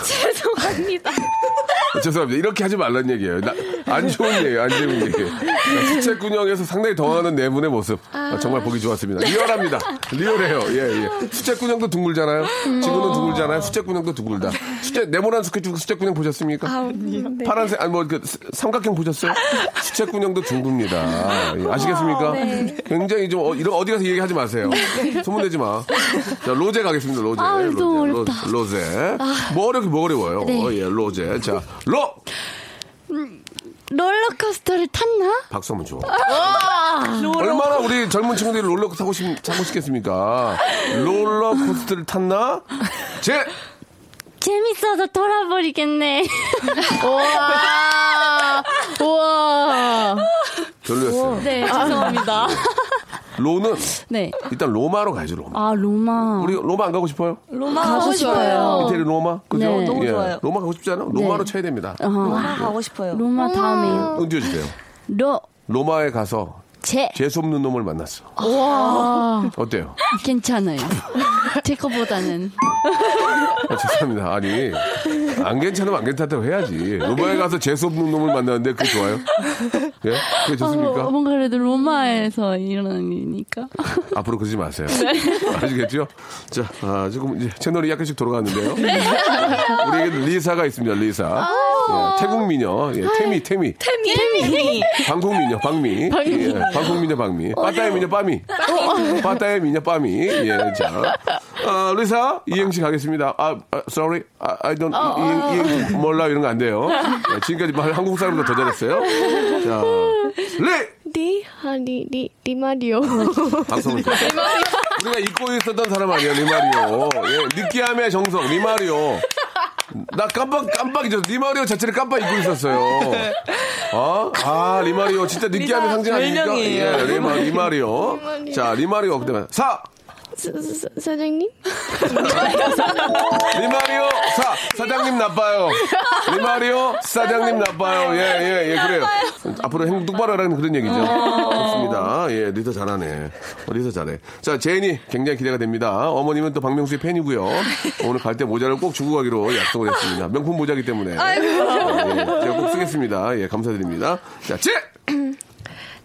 죄송합니다. 죄송합니다. 이렇게 하지 말란 얘기예요. 나- 안 좋은 얘기예요. 안 좋은 얘기예요. 수채꾼형에서 상당히 더하는 네 분의 모습. 아, 정말 보기 좋았습니다. 리얼합니다. 리얼해요. 예, 예. 수채꾼형도 둥글잖아요. 지구는 둥글잖아요. 수채꾼형도 둥글다. 수채, 네모난 수채, 수채꾼형 보셨습니까? 네. 파란색, 아니, 뭐, 그, 스- 삼각형 보셨어요? 수채꾼형도 둥굽니다. 예, 아시겠습니까? 아, 네. 굉장히 좀, 어, 이런, 어디 가서 얘기하지 마세요. 소문내지 마. 자, 로제 가겠습니다, 로제. 아, 로제, 너무 로- 어렵다. 로제. 아. 뭐 어렵게 뭐 어려워요? 네. 어, 예, 로제. 자, 로! 롤러코스터를 탔나? 박수 한번 줘. 얼마나 아. 얼마나 우리 젊은 친구들이 롤러 타고 싶, 타고 싶겠습니까? 롤러 코스트를 탔나? 제! 재밌어서 돌아버리겠네. 우와. 우와. 별로였어요. 네, 죄송합니다. 로는 네. 일단 로마로 가야죠, 로마. 아, 로마. 우리 로마 안 가고 싶어요? 로마 가고 가고 싶어요. 싶어요. 이태리 로마? 그죠? 네. 너무 예. 좋아요. 네. 어. 로마 가고 싶지 않아? 로마로 쳐야 됩니다. 로마 가고 싶어요. 로마 다음에 응, 띄워주세요. 로, 로마에 가서 제. 재수없는 놈을 만났어. 와. 어때요? 괜찮아요. 제 거보다는. 아, 죄송합니다. 아니, 안 괜찮으면 안 괜찮다고 해야지. 로마에 가서 재수없는 놈을 만났는데 그게 좋아요? 예? 그게 아, 좋습니까? 뭔가 그래도 로마에서 일어난 일이니까. 앞으로 그러지 마세요. 네. 아시겠죠? 자, 아, 지금 이제 채널이 약간씩 돌아가는데요. 네. 우리 리사가 있습니다, 리사. 아. 예, 태국 미녀, 예, 태미, 태미. 태미. 방콕 미녀, 방미. 방미. 예, 방콕 미녀, 방미. 빠따의 미녀, 빠미. 빠미. 빠따의 미녀, 빠미. 예, 자. 아, 리사, 이행시 가겠습니다. 아, 아, sorry. 아, I don't, 어, 어. 이행, 이행시 몰라. 이런 거 안 돼요. 예, 지금까지 말 한국 사람보다 더 잘했어요. 자, 리! 리, 아, 리, 리, 리마리오. 방송을 좀. 네. 우리가 잊고 있었던 사람 아니야 리마리오 예, 느끼함의 정석 리마리오 나 깜빡 깜빡 잊었어 리마리오 자체를 깜빡 잊고 있었어요 어? 아 리마리오 진짜 느끼함의 리사 상징 아닙니까 별명이에요. 예, 리마, 리마리오 리마리오. 자 리마리오 그다음에 사 사- 사- 사장님? 리마리오 사 사장님 나빠요 리마리오 사장님 나빠요 예예예 그래요 어. 앞으로 행동 똑바로 하라는 그런 얘기죠 좋습니다 예 리더 잘하네 어, 리더 잘해 자 제인이 굉장히 기대가 됩니다 어머님은 또 박명수의 팬이고요 오늘 갈 때 모자를 꼭 주고 가기로 약속을 했습니다 명품 모자기 때문에 예, 제가 꼭 쓰겠습니다 예 감사드립니다 자제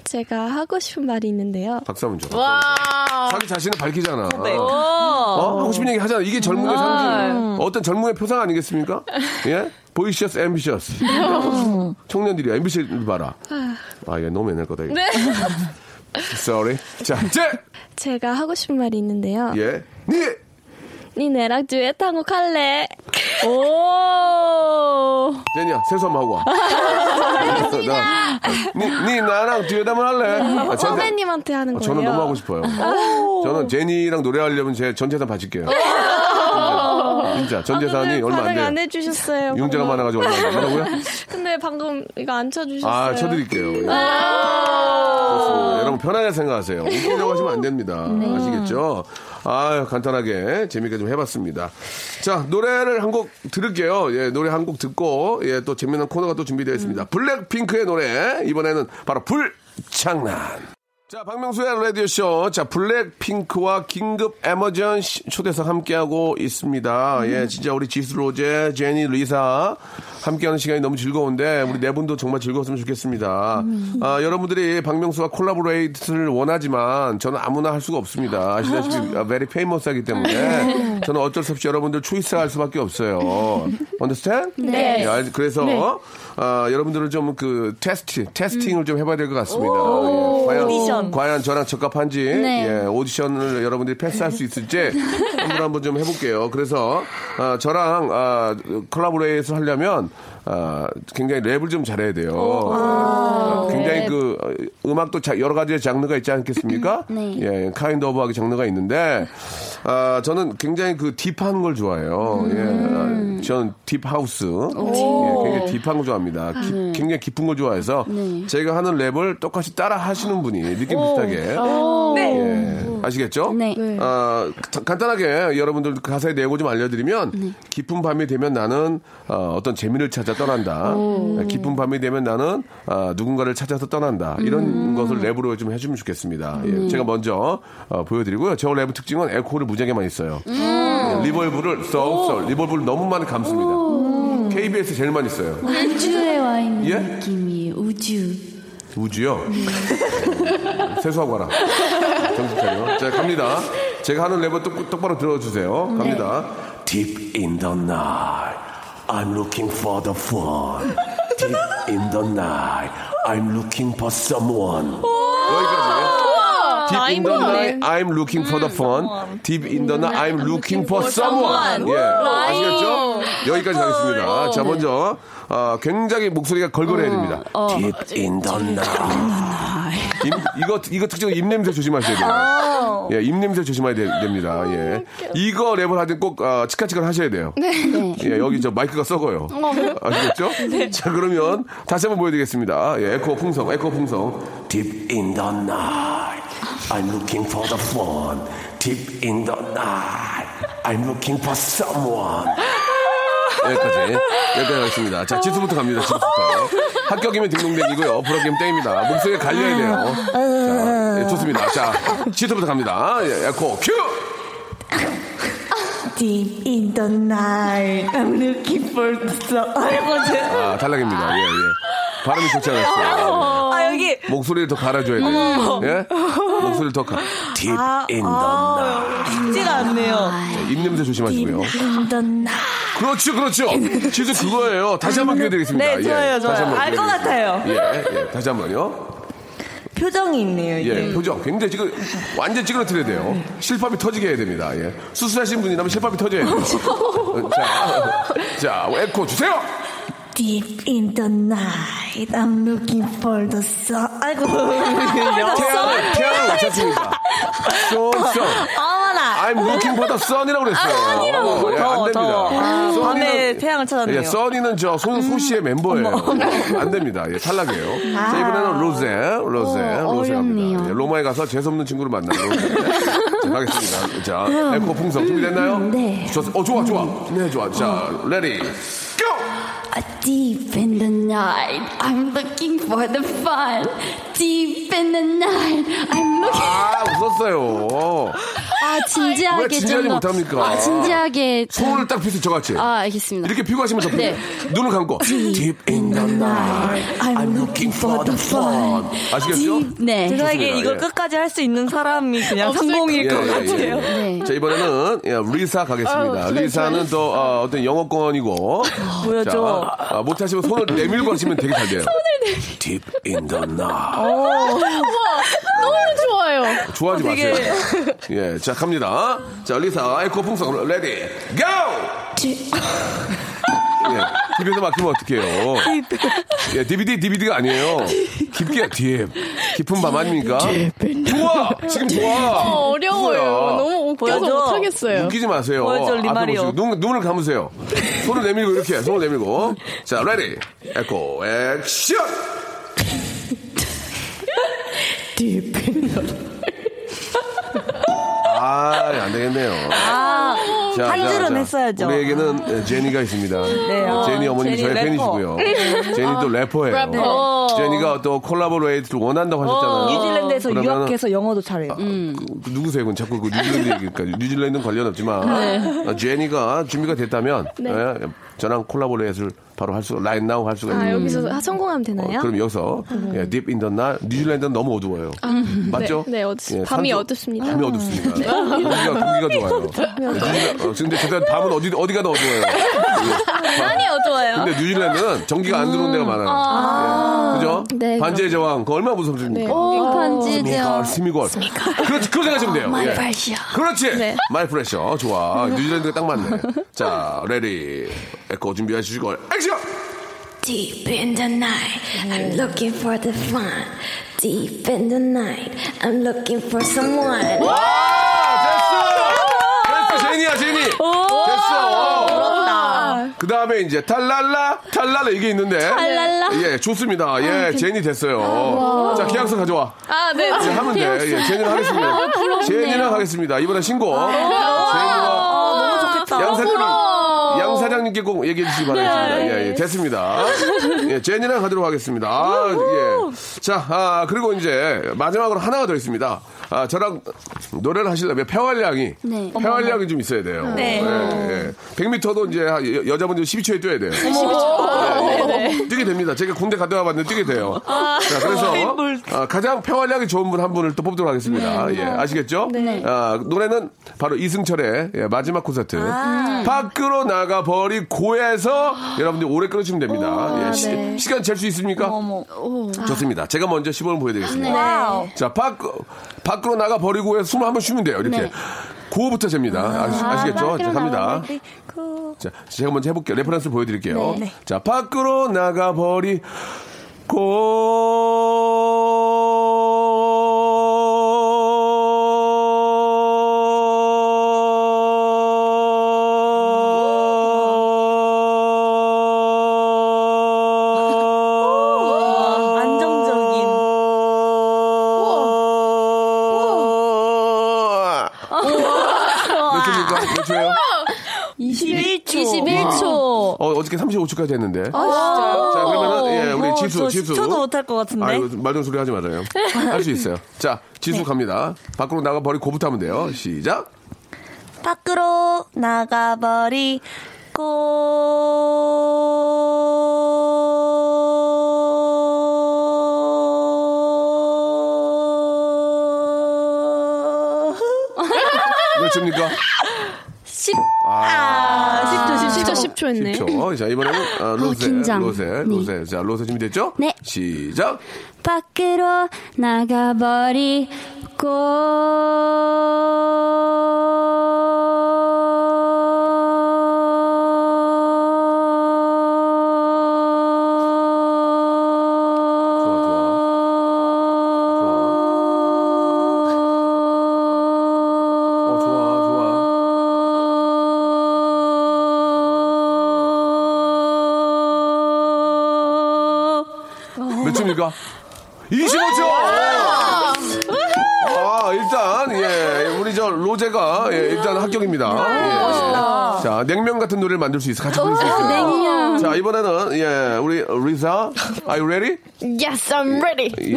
제가 하고 싶은 말이 있는데요. 박수 한번 줘 와. 네. 자기 자신을 밝히잖아 어? 어? 하고 싶은 얘기 하잖아. 이게 젊은의 정말. 상징. 어떤 젊은의 표상 아니겠습니까? 예? 보이시어스, 앰비셔스. 네. 청년들이 앰비셔스 봐라. 아, 얘 너무 옛날 거다. 이거. 네. Sorry. 자, 제! 제가 하고 싶은 말이 있는데요. 예. 니! 니 내랑 듀엣 한곡 할래? 오. 아, 제니야, 세수 한번 하고 와. 나, 니, 니 나랑 뒤에 담을 할래? 아, 제- 네. 선배님한테 하는 아, 거예요. 저는 너무 하고 싶어요. 저는 제니랑 노래하려면 제 전 재산 바칠게요. 융자 아, 전 재산이 얼마 반응 안 안 돼요. 해주셨어요. 융자가 방금. 많아가지고 얼마 안 되고요. 근데 방금 이거 안 쳐주셨어요. 아 쳐드릴게요. 예. 아~ 어, 여러분 편하게 생각하세요. 웃기려고 하시면 안 됩니다. 네. 아시겠죠? 아 간단하게 재밌게 좀 해봤습니다. 자 노래를 한 곡 들을게요. 예 노래 한 곡 듣고 예또 재밌는 코너가 또 준비되어 있습니다. 블랙핑크의 노래 이번에는 바로 불장난. 자, 박명수의 라디오쇼. 자, 블랙핑크와 긴급 에머전시 초대석 함께하고 있습니다. 예, 진짜 우리 지수 로제, 제니, 리사 함께하는 시간이 너무 즐거운데, 우리 네 분도 정말 즐거웠으면 좋겠습니다. 음. 아, 여러분들이 박명수와 콜라보레이트를 원하지만, 저는 아무나 할 수가 없습니다. 아시다시피, 아, very famous 하기 네. 때문에, 저는 어쩔 수 없이 여러분들 초이스 할 수밖에 없어요. understand? 네. 예, 알- 그래서, 네. 아, 여러분들은 좀 그 테스트, 테스팅을 좀 해봐야 될 것 같습니다. 오. 예, 과연, 오디션. 과연 저랑 적합한지 네. 예, 오디션을 여러분들이 패스할 수 있을지 한번 한번 좀 해볼게요. 그래서 아, 저랑 아, 콜라보레이션 하려면 아, 굉장히 랩을 좀 잘해야 돼요. 아, 굉장히 랩. 그 어, 음악도 자- 여러 가지의 장르가 있지 않겠습니까? 네. 예, 카인드 오브하게 장르가 있는데 아, 저는 굉장히 그 딥한 걸 좋아해요. 예, 음. 아, 저는 딥 하우스. 예, 굉장히 딥한 거 좋아합니다. 깊- 네. 굉장히 깊은 거 좋아해서 네. 제가 하는 랩을 똑같이 따라 하시는 분이 느낌 오. 비슷하게. 오. 네. 예, 아시겠죠? 네. 아, 가- 간단하게 여러분들 가사의 내고 좀 알려드리면 네. 깊은 밤이 되면 나는 어, 떤 재미를 찾아 떠난다. 네, 오. 깊은 밤이 되면 나는 아, 누군가를 찾아서 떠난다. 이런 음. 것을 랩으로 좀 해주면 좋겠습니다. 예, 네. 제가 먼저 어, 보여드리고요. 제 랩의 특징은 에코를 무지하게 많이 써요. 음. 예, 리벌브를 썩썩 리벌브를 너무 많이 감습니다. KBS 제일 많이 써요. 우주에 와 있는 예? 느낌이 우주. 우주요. 세수하고 가라. 정신 차려. 자, 갑니다. 제가 하는 랩을 똑, 똑바로 들어주세요. 갑니다. Deep in the night, I'm looking for the fun. Deep in the night, I'm looking for someone. 우와. Deep in the night, 라임이네. I'm looking for the fun. Deep in the night, 음. 어. I'm looking for someone. 예, 우와. 아시겠죠? 여기까지 하겠습니다. 자, 먼저 어, 굉장히 목소리가 걸걸해야 됩니다. 어. Deep in the night. 임- 이거 이거 특징 입 냄새 조심하셔야 돼요. 예, 입 냄새 조심해야 되- 됩니다. 예, 이거 랩을 하든 꼭 아, 치카치카를 하셔야 돼요. 네. 예, 여기 저 마이크가 썩어요. 어. 아시겠죠? 네. 자, 그러면 다시 한번 보여드리겠습니다. 예, 에코 풍성, 에코 풍성. Deep in the night, I'm looking for the fun. Deep in the night, I'm looking for someone. 여기까지. 여기까지 하겠습니다. 자, 지수부터 갑니다, 지수부터. 합격이면 딩동댕이고요. 불합격이면 땡입니다. 목소리가 갈려야 돼요. 예, 좋습니다. 자, 지수부터 갑니다. 예, 에코 큐! Deep in the night, I'm looking for the. 아이고, 제. 아, 탈락입니다. 예, 예. 발음이 좋지 않았어요. 아, 여기. 목소리를 더 갈아줘야 돼요. 어머. 아, 예? 목소리를 더 가. Deep in 쉽지가 않네요. the. 예, 입냄새 조심하시고요. In the night. 그렇죠, 그렇죠. 진짜 그거예요. 다시 한번 기회 드리겠습니다. 네, 좋아요, 좋아요. 다시 한번 알것 기회드리겠습니다. 예, 예. 다시 한 번요. 표정이 있네요, 이게. 예, 표정. 굉장히 지금 완전 찌그러뜨려야 돼요. 실밥이 터지게 해야 됩니다. 예. 수술하신 분이라면 실밥이 터져야 어, 돼요. 자, 자, 에코 주세요! Deep in the night, I'm looking for the sun. 아이고. 태양을, 태양을 맞췄습니다. 쏨쏨. 어머나. I'm looking for the sun이라고 아, 그랬어요. 아, 아니라고. 예, 더워, 안 더워. 됩니다. 아, 써니는- 밤에 태양을 찾았네요. 음, 예, 써니는 저 손, 소씨의 멤버예요. 어머. 안 됩니다. 예, 탈락이에요. 아. 자, 이번에는 로제, 로제, 어, 로제 갑니다. 어렵네요. 예, 로마에 가서 재수없는 친구를 만나요. 자, 가겠습니다. 자, 에코 풍선 준비됐나요? 음, 네. 좋, 어, 좋아, 좋아. 네, 좋아. 자, 레디. 아, Deep in the night, I'm looking for the fun. Deep in the night, I'm looking. 아, 웃었어요. 아 진지하게 왜 진지하게 좀 더- 못합니까? 아 진지하게. 좀- 손을 딱 피스 저같이. 아 알겠습니다. 이렇게 피고 하시면 접니다. 네. 눈을 감고. Deep in the night, I'm looking for the fun. 아시겠죠? 네. 제가 이게 좋습니다. 이걸 예. 끝까지 할 수 있는 사람이 그냥 없을 성공일 것 예, 예. 같아요. 자 이번에는 예, 리사 아유, 가겠습니다. 좋아요, 리사는 또 어, 떤 영어권이고 보여줘. 자, 아, 못하시면 손을 내밀고 하시면 되게 잘 돼요. Deep in the night. 우와, 너무 좋아요. 좋아하지 어, 되게- 마세요. 예, 자 갑니다. 자 리사 에코 풍선 레디 고. 예. 딥에서 맡기면 어떡해요. 예, DVD, DVD가 아니에요. 깊게, 딥. 깊은 밤 아닙니까? 좋아! 지금 좋아! 어, 어려워요. 누구야? 너무 웃겨서 보여줘. 네. 못하겠어요. 웃기지 마세요. 보여줘, 앞에 리마리오. 보시고. 눈, 눈을 감으세요. 손을 내밀고, 이렇게. 손을 내밀고. 자, 레디. 에코, 액션! 아, 안 되겠네요. 아, 한 줄은 했어야죠. 우리에게는 예, 제니가 있습니다. 네, 어, 제니 어머님 제니 저의 래퍼. 팬이시고요. 제니도 래퍼예요. 래퍼. 제니가 또 콜라보레이트를 원한다고 하셨잖아요. 뉴질랜드에서 그러면은 유학해서 영어도 잘해요. 음. 그 누구세요? 그건 자꾸 그 뉴질랜드 얘기니까 뉴질랜드는 관련 없지만 네. 어, 제니가 준비가 됐다면 네. 예, 저랑 콜라보레이트를 바로 할 수, 라인 나우 할 수가 아 있는 어, 여기서 아, 성공하면 되나요? 그럼 여기서 예, 딥 인더 날 뉴질랜드는 너무 어두워요. 아, 맞죠? 네, 네, 어둡- 예, 밤이 산도- 어둡습니다. 밤이 어둡습니다. 공기가, 공기가 좋아요. 밤이 어둡- 뉴질랜드- 어, 근데 그때 밤은 어디 어디가 더 어두워요. 많이 어두워요. 근데 뉴질랜드는 전기가 안 들어온 데가 많아요. 아. 예, 그죠? 네, 반지의 제왕 그거 얼마나 무섭습니까? 네. 어, 어, 반지 스미걸, 스미걸. 그렇지, 그거 생각하시면 돼요. 아, 마이 예. 프레셔. 그렇지. 네. 마이 프레셔. 좋아. 뉴질랜드가 딱 맞네. 자, 레디. 에코 준비하시고. 액션! Deep in the night, I'm looking for the fun. Deep in the night, I'm looking for someone. 됐어, 제니야, 제니. 됐어. 그 다음에 이제 탈랄라, 탈랄라 이게 있는데. 탈랄라? 예, 좋습니다. 예, 제니 됐어요. 아, 자, 계약서 가져와. 아, 네. 아, 이제 하면 돼. 예, 제니랑 하겠습니다. 제니랑 하겠습니다. 이번에 신고. 아, 너무 좋겠다. 양 사장님, 양 사장님께 꼭 얘기해 주시기 바라겠습니다. 예, 예, 됐습니다. 예, 제니랑 가도록 하겠습니다. 아, 예. 자, 아, 그리고 이제 마지막으로 하나가 더 있습니다. 아, 저랑 노래를 하시려면 폐활량이 네. 폐활량이 좀 있어야 돼요. 네. 예, 예. 100m도 이제 여- 여자분들 12초에 아, 뛰어야 돼요. 예, 네, 네. 뛰게 됩니다. 제가 군대 갔다 와봤는데 뛰게 돼요. 자, 그래서 아, 가장 평활량이 좋은 분 한 분을 또 뽑도록 하겠습니다. 예, 아시겠죠? 네. 아, 노래는 바로 이승철의 예, 마지막 콘서트. 음. 밖으로 나가 버리 고에서 여러분들 오래 끊으시면 어, 됩니다. 예, 시, 네. 간 잴 수 있습니까? 어. 좋습니다. 제가 먼저 시범을 보여드리겠습니다. 네. 자, 밖, 밖으로 나가 버리고 해서 숨을 한번 쉬면 돼요. 이렇게. 네. 고부터 잽니다. 아, 시겠죠 자, 갑니다. 자, 제가 먼저 해볼게요. 레퍼런스 보여드릴게요. 네, 네. 자, 밖으로 나가버리, 고, 안정적인. 어. 몇 초입니까? 몇 초예요? 21초. 아, 와. 어, 어저께 35초까지 했는데. 자, 그러면은, 예, 우리 지수, 지수. 어, 저도 못할 것 같은데. 아유, 말좀 소리 하지 말아요. 할 수 있어요. 자, 지수 네. 갑니다. 밖으로 나가버리고 고부터 하면 돼요. 시작. 밖으로 나가버리고. 몇 초입니까? 10. 아, 10초, 10초, 10초 했네. 10초. 자, 이번에는 아, 로세. 긴장. 로세, 로세. 자, 로세 준비됐죠? 네. 시작. 밖으로 나가버리고 어, 몇 초입니까? 25초! 아, 일단, 예, 우리 저 로제가, 예, 일단 아, 합격입니다. 예. 자, 냉면 같은 노래를 만들 수 있어. 같이 부를 수 있어요. 아, 냉면. 자, 이번에는, 예, 우리 리사, are you ready? Yes, I'm ready. 예.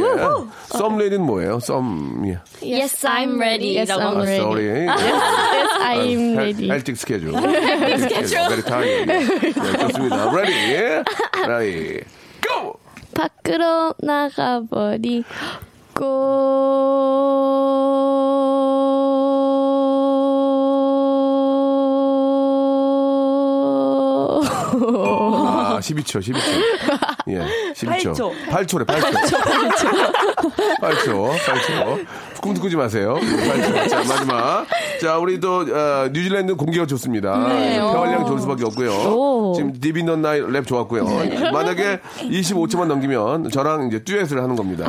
썸 레디는 뭐예요? 썸, 예. Yes, I'm ready. Yes, I'm 아, sorry. Yes, I'm ready. 일찍 스케줄. 일찍 스케줄. 베리 타임. 예, 좋습니다. ready. ready. 밖으로 나가버리. 아, 12초, 12초. 예, 12초. 8초. 8초래, 8초. 8초, 8초. 꿈도 꾸지 마세요. 8초. 자, 마지막. 자, 우리 또, 어, 뉴질랜드 공기가 좋습니다. 네, 태활량 오. 좋을 수밖에 없고요. 오. 지금 디비넌 나이 랩 좋았고요. 네. 만약에 25초만 넘기면 저랑 이제 듀엣을 하는 겁니다.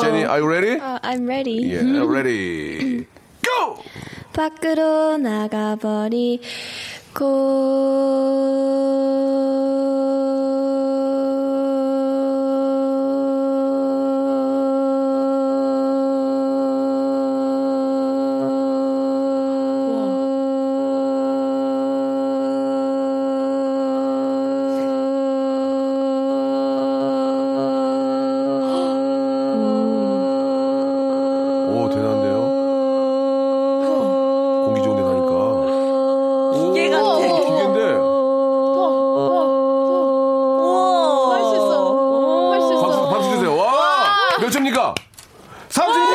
제니, are you ready? Uh, I'm ready. Yeah, ready. 밖으로 나가버리고 오, 대단한데요? 공기 좋은 데 다니까. 기계 같아. 기계인데. 할수 있어. 할수 있어. 박수, 박수 주세요. 와! 몇 점입니까? 36!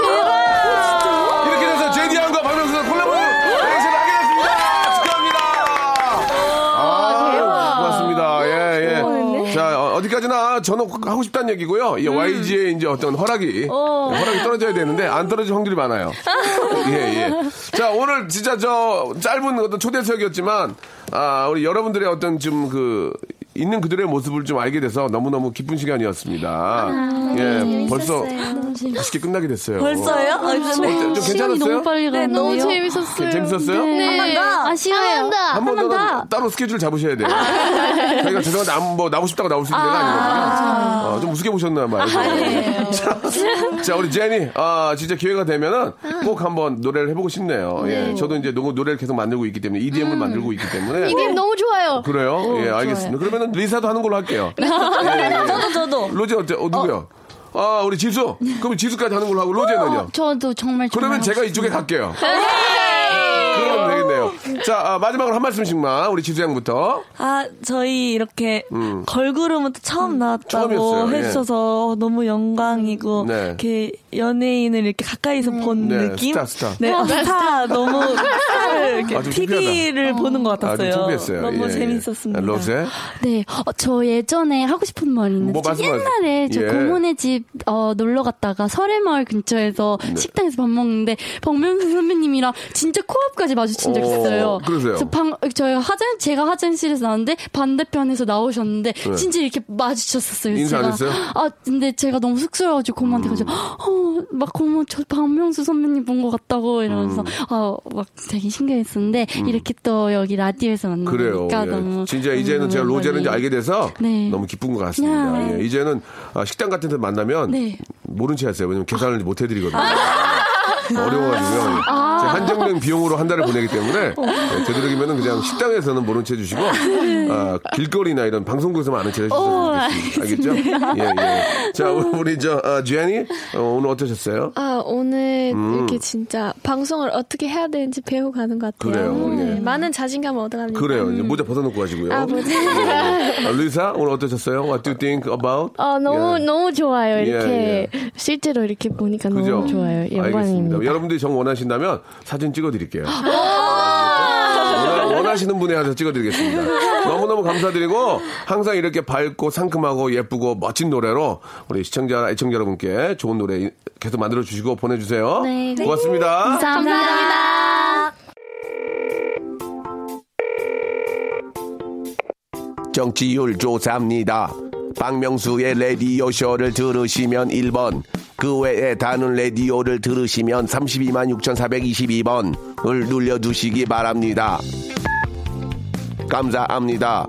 대박. 이렇게 돼서 제디안과 박명수가 콜라보 대행세를 하게 됐습니다. 축하합니다. 아, 대박. 고맙습니다. 예, 예. 대박이네. 음. 자, 어, 어디까지나 저는 하고 싶다는 얘기고요. 이 YG의 이제 어떤 허락이, 어. 허락이 떨어져야 되는데, 안 떨어질 확률이 많아요. 예, 예. 자, 오늘 진짜 저 짧은 어떤 초대석이었지만, 아, 우리 여러분들의 어떤 좀 그, 있는 그들의 모습을 좀 알게 돼서 너무너무 기쁜 시간이었습니다. 예, 벌써 아쉽게 끝나게 됐어요. 벌써요? 아, 어때- 좀 괜찮았어요? 네, 너무 너무 재밌- 재밌었어요. 그 게- 재밌었어요? 네. 한번 더. 아쉬워요. 한 번 더 따로 스케줄 잡으셔야 돼요. 저희가 죄송한데 안, 뭐 나오고 싶다고 나올 수 있는 데가 아니거든요. 어, 좀 우습게 보셨나 봐요. 자, 자, 우리 제니, 아, 진짜 기회가 되면은 꼭 한번 노래를 해보고 싶네요. 예, 저도 이제 노, 노래를 계속 만들고 있기 때문에 EDM을 만들고 있기 때문에. 네. 이게 네. 너무 좋아요. 그래요? 어, 오, 예, 알겠습니다. 그러면은 리사도 하는 걸로 할게요. 저도, 저도. 로제 어때? 어, 누구요? 아, 우리 지수. 그럼 지수까지 하는 걸로 하고 로제는요? 저도 정말 그러면 정말 제가 이쪽에 갈게요. 그러면 되겠네요. 자, 아, 마지막으로 한 말씀씩만 우리 지수 양부터. 아, 저희 이렇게 음. 걸그룹부터 처음 나왔다고 처음이었어요, 예. 해주셔서 너무 영광이고 네. 이렇게 연예인을 이렇게 가까이서 본 네, 느낌? 스타, 스타. 네, 어, 음. 음. 스타 너무 스타를 이렇게 아, 좀 TV를 보는 것 아, 좀 같았어요. 창피했어요. 너무 예, 예. 재밌었습니다. 로제. 네, 어, 저 예전에 하고 싶은 말이 있는데 뭐 저 말씀, 말씀. 음, 옛날에 저 예. 고모네 집 어, 놀러 갔다가 설해마을 근처에서 네. 식당에서 밥 먹는데 박명수 선배님이랑 진짜 코앞까지 마주친 적 어, 있어요. 그러세요? 그래서 방, 저희 화장 제가 화장실에서 나왔는데 반대편에서 나오셨는데 네. 진짜 이렇게 마주쳤었어요. 인사 안 제가. 했어요? 아 근데 제가 너무 쑥스러워가지고 고모한테 가서 어막 고모 저 박명수 선배님 본 것 같다고 이러면서 아, 어막 되게 신기했었는데 음. 이렇게 또 여기 라디오에서 만나. 그래요. 그러니까 예. 너무 진짜 음, 이제는 제가 로제를 이제 알게 돼서 네. 너무 기쁜 것 같습니다. 야. 예, 이제는 아, 식당 같은 데 만나면 네. 모른 체 하세요. 왜냐면 계산을 못 해드리거든요. 네. 어려워가지고요. 아. 제가 한정된 비용으로 한 달을 보내기 때문에 예, 되도록이면 그냥 식당에서는 모른 체 해주시고 아, 길거리나 이런 방송국에서 많은 체 오, 해주셨으면 좋겠습니다. 알겠습니다. 알겠죠? 예, 예. 자, 우리 저 아, 지안이 어, 오늘 어떠셨어요? 아 오늘 음. 이렇게 진짜 방송을 어떻게 해야 되는지 배워가는 것 같아요. 그래요, 네, 예. 많은 자신감을 얻어갑니다. 그래요. 이제 음. 모자 벗어놓고 가시고요. 아 뭐지? 아, 루이사 오늘 어떠셨어요? What do you think about? 아 너무 예. 너무 좋아요. 예, 이렇게 실제로 이렇게 보니까 그죠? 음, 너무 좋아요. 영광입니다. 알겠습니다. 여러분들이 정 원하신다면 사진 찍어드릴게요. 아, 원하- 원하시는 분에 한서 찍어드리겠습니다. 너무너무 감사드리고 항상 이렇게 밝고 상큼하고 예쁘고 멋진 노래로 우리 시청자, 애청자 여러분께 좋은 노래 계속 만들어주시고 보내주세요. 네. 고맙습니다. 감사합니다. 정치율 조사입니다. 박명수의 라디오쇼를 들으시면 1번, 그 외에 다른 라디오를 들으시면 32만 6,422번을 눌려주시기 바랍니다. 감사합니다.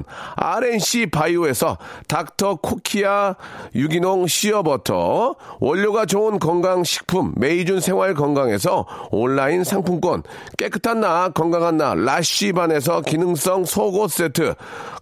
2023년 RNC 바이오에서 닥터 코키아 유기농 시어버터, 원료가 좋은 건강식품 메이준 생활 건강에서 온라인 상품권, 깨끗한 나 건강한 나 라쉬반에서 기능성 속옷 세트,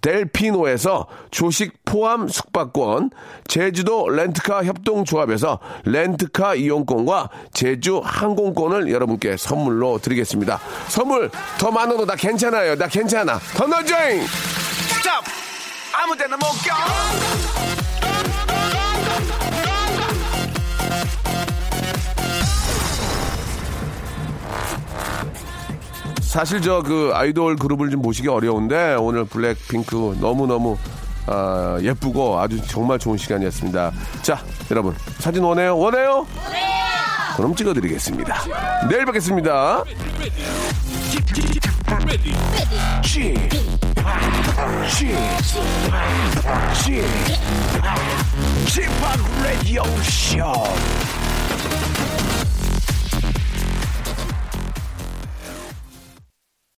델피노에서 조식 포함 숙박권, 제주도 렌트카 협동조합에서 렌트카 이용권과 제주 항공권을 여러분께 선물로 드리겠습니다. 선물 더 많아도 나 괜찮아요. 나 괜찮아. 더 넣어줘잉! 스탑! 아무 데나 못 가! 사실 저 그 아이돌 그룹을 좀 보시기 어려운데 오늘 블랙핑크 너무너무 아, 예쁘고 아주 정말 좋은 시간이었습니다. 자, 여러분 사진 원해요? 원해요? 그럼 찍어드리겠습니다. 내일 뵙겠습니다. ready, 쥐! 쥐! 쥐! 쥐! 지팍 라디오 쇼!